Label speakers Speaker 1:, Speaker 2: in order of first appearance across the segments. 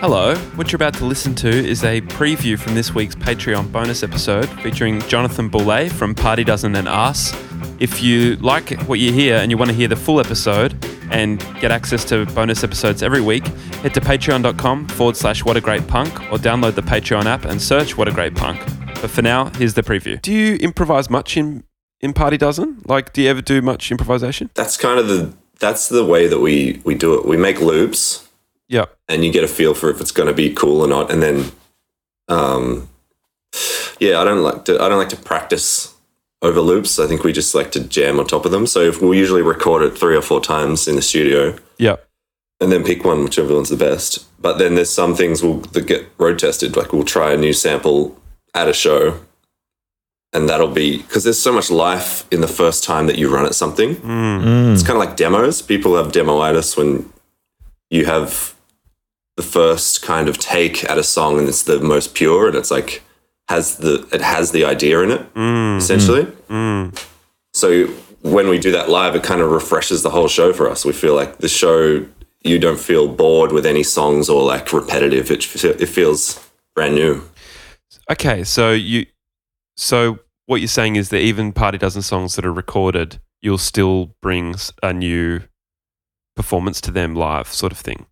Speaker 1: Hello, what you're about to listen to is a preview from this week's Patreon bonus episode featuring Jonathan Boulay from Party Dozen and Us. If you like what you hear and you want to hear the full episode and get access to bonus episodes every week, head to patreon.com forward slash what a great punk or download the Patreon app and search what a great punk. But for now, here's the preview. Do you improvise much in, in Party Dozen? Like, do you ever do much improvisation?
Speaker 2: That's kind of the that's the way that we we do it. We make loops
Speaker 1: Yeah.
Speaker 2: and you get a feel for if it's going to be cool or not. And then, um, yeah, I don't like to I don't like to practice over loops. I think we just like to jam on top of them. So if we'll usually record it three or four times in the studio,
Speaker 1: Yeah.
Speaker 2: and then pick one whichever one's the best. But then there's some things we'll, that get road tested. Like we'll try a new sample at a show, and that'll be because there's so much life in the first time that you run at something. It's kind of like demos. People have demoitis when you have the first kind of take at a song, and it's the most pure, and it's like has the it has the idea in it essentially. So when we do that live, it kind of refreshes the whole show for us. We feel like the show, you don't feel bored with any songs or like repetitive. It, fe- it feels brand new.
Speaker 1: Okay, so you, so what you're saying is that even party dozen songs that are recorded, you'll still bring s- a new performance to them live, sort of thing.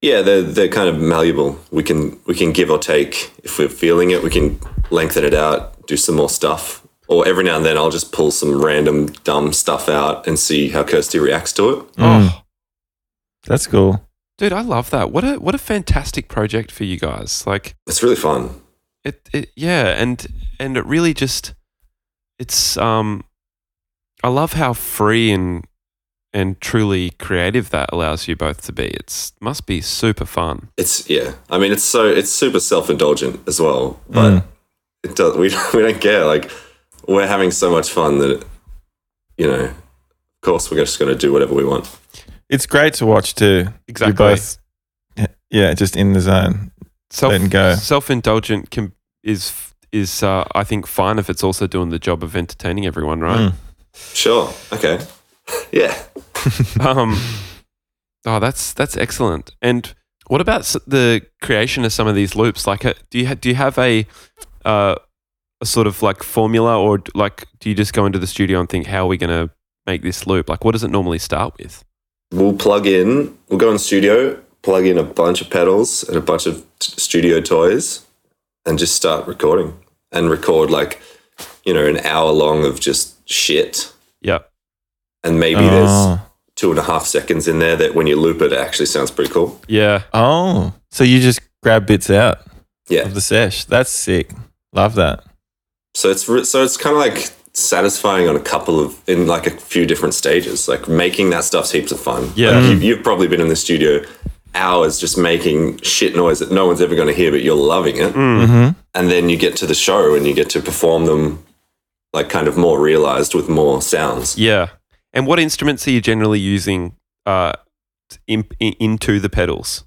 Speaker 2: Yeah, they're, they're kind of malleable. We can we can give or take. If we're feeling it, we can lengthen it out, do some more stuff. Or every now and then, I'll just pull some random dumb stuff out and see how Kirsty reacts to
Speaker 3: Mm.
Speaker 2: it.
Speaker 1: Oh,
Speaker 3: That's cool.
Speaker 1: dude, I love that. What a what a fantastic project for you guys. Like
Speaker 2: It's really fun.
Speaker 1: it, it yeah, and and it really just, it's um, I love how free and and truly creative that allows you both to be. It's must be super fun.
Speaker 2: It's yeah. I mean, it's so it's super self indulgent as well, but
Speaker 3: Mm.
Speaker 2: it does. We don't, we don't care. Like we're having so much fun that you know, of course, we're just going to do whatever we want.
Speaker 3: It's great to watch too.
Speaker 1: Exactly.
Speaker 3: You're both, yeah, just in the zone.
Speaker 1: self
Speaker 3: Letting go.
Speaker 1: self-indulgent can, is is uh, I think fine if it's also doing the job of entertaining everyone, right?
Speaker 3: Mm.
Speaker 2: Sure. Okay. yeah.
Speaker 3: Mm.
Speaker 1: Um, oh, that's that's excellent. And what about s- the creation of some of these loops? Like, uh, do you ha- do you have a uh, a sort of like formula, or d- like do you just go into the studio and think, how are we going to make this loop? Like, what does it normally start with?
Speaker 2: We'll plug in. We'll go in studio, plug in a bunch of pedals and a bunch of t- studio toys, and just start recording and record like you know an hour long of just shit.
Speaker 1: Yeah,
Speaker 2: And maybe there's
Speaker 3: Oh.
Speaker 2: two and a half seconds in there that when you loop it, it actually sounds pretty cool.
Speaker 1: yeah.
Speaker 3: oh, so you just grab bits out
Speaker 2: Yeah.
Speaker 3: of the sesh. That's sick. Love that.
Speaker 2: So it's re- so it's kind of like satisfying on a couple of in like a few different stages. Like making that stuff's heaps of fun.
Speaker 1: Yeah.
Speaker 2: Like, you, you've probably been in the studio hours just making shit noise that no one's ever going to hear, but you're loving it.
Speaker 1: Mm.
Speaker 3: Mm-hmm.
Speaker 2: And then you get to the show and you get to perform them like kind of more realized with more sounds.
Speaker 1: Yeah. And what instruments are you generally using uh, in, in, into the pedals?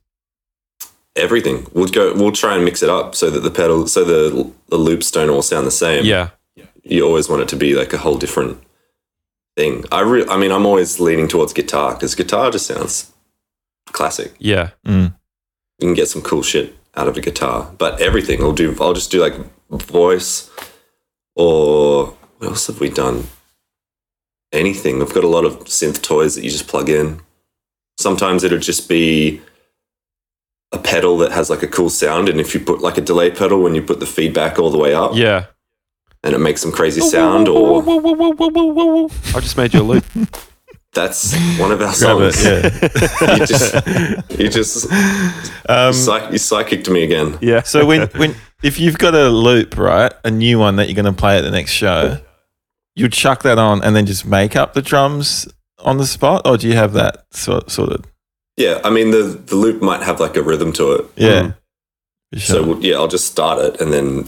Speaker 2: Everything we'll go we'll try and mix it up so that the pedal so the the loops don't all sound the same.
Speaker 1: Yeah.
Speaker 2: you always want it to be like a whole different thing. I re- I mean, I'm always leaning towards guitar because guitar just sounds classic.
Speaker 1: Yeah.
Speaker 3: Mm.
Speaker 2: You can get some cool shit out of a guitar, but everything I'll do, I'll just do like voice or what else have we done? Anything. I've got a lot of synth toys that you just plug in. Sometimes it'll just be a pedal that has like a cool sound, and if you put like a delay pedal when you put the feedback all the way up,
Speaker 1: Yeah.
Speaker 2: and it makes some crazy sound, or
Speaker 1: I just made you a loop.
Speaker 2: That's one of our
Speaker 3: Grab
Speaker 2: songs.
Speaker 3: it. Yeah.
Speaker 2: You just, you just
Speaker 3: Um,
Speaker 2: psych- you psychicked me again.
Speaker 1: yeah.
Speaker 3: So when when if you've got a loop, right, a new one that you're going to play at the next show, you chuck that on and then just make up the drums on the spot, or do you have that sort sorted?
Speaker 2: Yeah, I mean the the loop might have like a rhythm to it.
Speaker 3: Yeah.
Speaker 1: Mm.
Speaker 3: For
Speaker 2: So
Speaker 3: sure.
Speaker 2: we'll, yeah, I'll just start it and then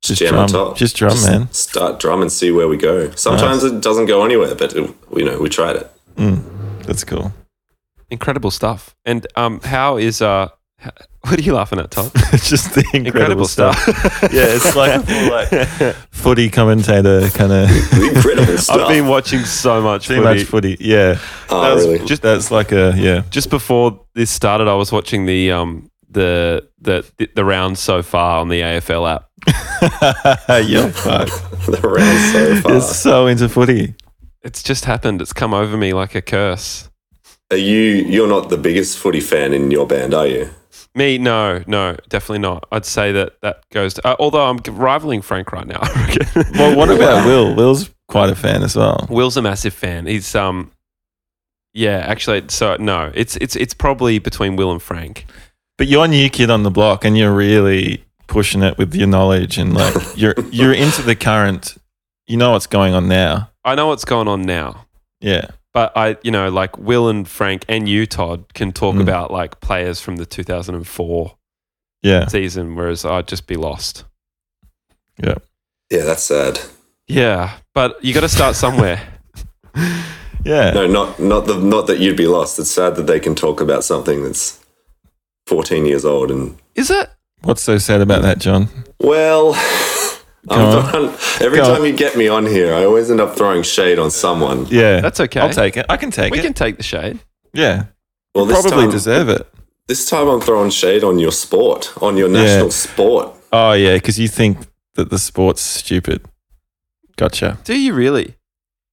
Speaker 3: just
Speaker 2: jam
Speaker 3: drum,
Speaker 2: on top.
Speaker 3: just drum, man.
Speaker 2: Start drum and see where we go. Sometimes it doesn't go anywhere, but it, you know we tried it.
Speaker 3: Mm. That's cool.
Speaker 1: Incredible stuff. And um, how is uh, h- what are you laughing at, Todd?
Speaker 3: just the incredible, stuff. yeah, it's like a full like footy commentator kind of.
Speaker 2: Incredible stuff.
Speaker 1: I've been watching so much
Speaker 3: Too
Speaker 1: footy.
Speaker 3: much footy. Yeah.
Speaker 2: oh,
Speaker 3: That was-
Speaker 2: really?
Speaker 3: Just that's like a yeah.
Speaker 1: Just before this started, I was watching the um the the the rounds so far on the AFL app.
Speaker 3: You're fucked.
Speaker 2: the round so far.
Speaker 3: You're so into footy.
Speaker 1: It's just happened. It's come over me like a curse.
Speaker 2: Are you? You're not the biggest footy fan in your band, are you?
Speaker 1: Me, no, no, definitely not. I'd say that that goes to. Uh, although I'm rivaling Frank right now. I reckon.
Speaker 3: Well, what about Will? Will's quite a fan as well.
Speaker 1: Will's a massive fan. He's um, yeah, actually, so no, it's it's it's probably between Will and Frank.
Speaker 3: But you're new kid on the block, and you're really pushing it with your knowledge, and like you're you're into the current. You know what's going on now.
Speaker 1: I know what's going on now,
Speaker 3: Yeah,
Speaker 1: but I, you know, like Will and Frank and you, Todd, can talk
Speaker 3: Mm.
Speaker 1: about like players from the 2004
Speaker 3: yeah.
Speaker 1: season, whereas I'd just be lost.
Speaker 2: Yeah, that's sad.
Speaker 1: Yeah, but you got to start somewhere.
Speaker 3: Yeah.
Speaker 2: No, not not the not that you'd be lost. It's sad that they can talk about something that's 14 years old and
Speaker 1: Is it?
Speaker 3: What's so sad about that, John?
Speaker 2: well. I'm
Speaker 3: on.
Speaker 2: not on- every
Speaker 3: Go on.
Speaker 2: time you get me on here, I always end up throwing shade on someone.
Speaker 3: Yeah.
Speaker 1: That's okay.
Speaker 3: I'll take it. I can take
Speaker 1: We
Speaker 3: it.
Speaker 1: can take the shade.
Speaker 3: yeah.
Speaker 2: Well, this
Speaker 3: Probably
Speaker 2: time,
Speaker 3: deserve it.
Speaker 2: this time I'm throwing shade on your sport, on your national sport.
Speaker 3: Oh, yeah. Because you think that the sport's stupid. Gotcha.
Speaker 1: Do you really?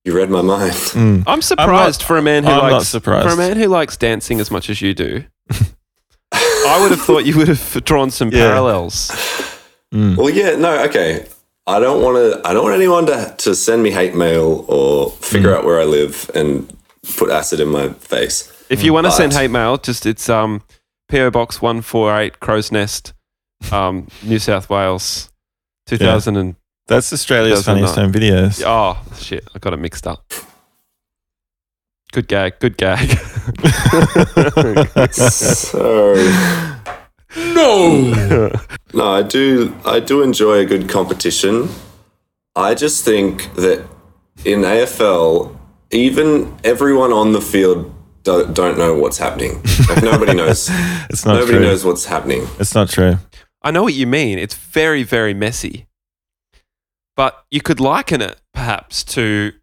Speaker 2: You read my mind.
Speaker 3: Mm.
Speaker 1: I'm surprised for a man who
Speaker 3: I'm not
Speaker 1: likes
Speaker 3: surprised.
Speaker 1: for a man who likes dancing as much as you do. I would have thought you would have drawn some
Speaker 3: Yeah.
Speaker 1: parallels.
Speaker 3: mm.
Speaker 2: Well, yeah, no, okay. I don't want to. I don't want anyone to to send me hate mail or figure
Speaker 3: Hmm.
Speaker 2: out where I live and put acid in my face.
Speaker 1: If you want to send
Speaker 2: But-
Speaker 1: hate mail, just it's um PO Box one four eight Crow's Nest, um, New South Wales, two thousand and
Speaker 3: That's Australia's
Speaker 1: Doesn't
Speaker 3: funniest home videos.
Speaker 1: oh shit, I got it mixed up. Good gag, good gag.
Speaker 2: So no, no, I do. I do enjoy a good competition. I just think that in AFL, even everyone on the field don't, don't know what's happening. Like nobody knows.
Speaker 3: It's not
Speaker 2: nobody
Speaker 3: true.
Speaker 2: knows what's happening.
Speaker 3: It's not true.
Speaker 1: I know what you mean. It's very, very messy. But you could liken it perhaps to,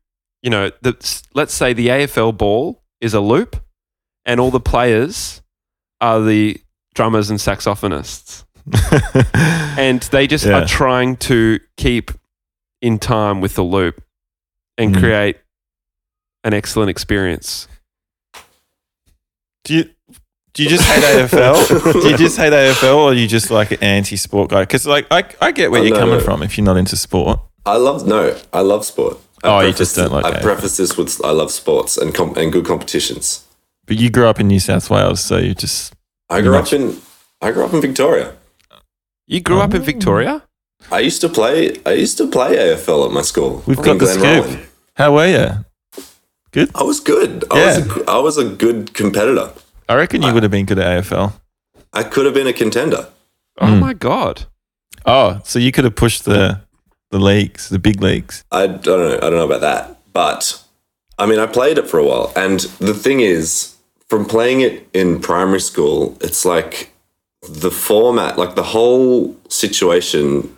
Speaker 1: you know, the, let's say the AFL ball is a loop and all the players are the drummers and saxophonists. And they just
Speaker 3: Yeah.
Speaker 1: are trying to keep in time with the loop and
Speaker 3: Mm.
Speaker 1: create an excellent experience.
Speaker 3: do you do you just hate AFL? do you just hate AFL, or are you just like an anti-sport guy? Because like I, I get where
Speaker 2: Oh,
Speaker 3: you're
Speaker 2: no,
Speaker 3: coming
Speaker 2: no.
Speaker 3: from if you're not into sport.
Speaker 2: I love no. I love sport. I
Speaker 3: Oh, you
Speaker 2: prefaced
Speaker 3: just don't like
Speaker 2: I
Speaker 3: AFL.
Speaker 2: preface this with I love sports and com- and good competitions.
Speaker 3: But you grew up in New South Wales, so you just
Speaker 2: I grew up in I grew up in Victoria.
Speaker 1: You grew up
Speaker 3: Oh.
Speaker 1: in Victoria?
Speaker 2: I used to play I used to play AFL at my school.
Speaker 3: we've
Speaker 2: in
Speaker 3: got the scoop.
Speaker 2: Glenrowan.
Speaker 3: How were you?
Speaker 2: I was good. I was a,
Speaker 3: Yeah.
Speaker 2: g- I was a good competitor.
Speaker 3: I reckon you would have been good at AFL.
Speaker 2: I could have been a contender.
Speaker 1: Oh
Speaker 3: Mm.
Speaker 1: my God.
Speaker 3: Oh, so you could have pushed the the leagues, the big leagues.
Speaker 2: I don't know. I don't know about that, but I mean, I played it for a while, and the thing is, from playing it in primary school, it's like the format, like the whole situation,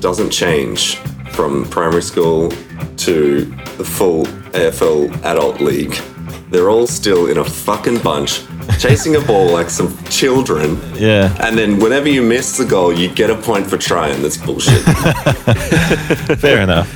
Speaker 2: doesn't change from primary school to the full AFL adult league. They're all still in a fucking bunch, chasing a ball like some children.
Speaker 3: Yeah.
Speaker 2: And then whenever you miss the goal, you get a point for trying. That's bullshit.
Speaker 3: Fair enough.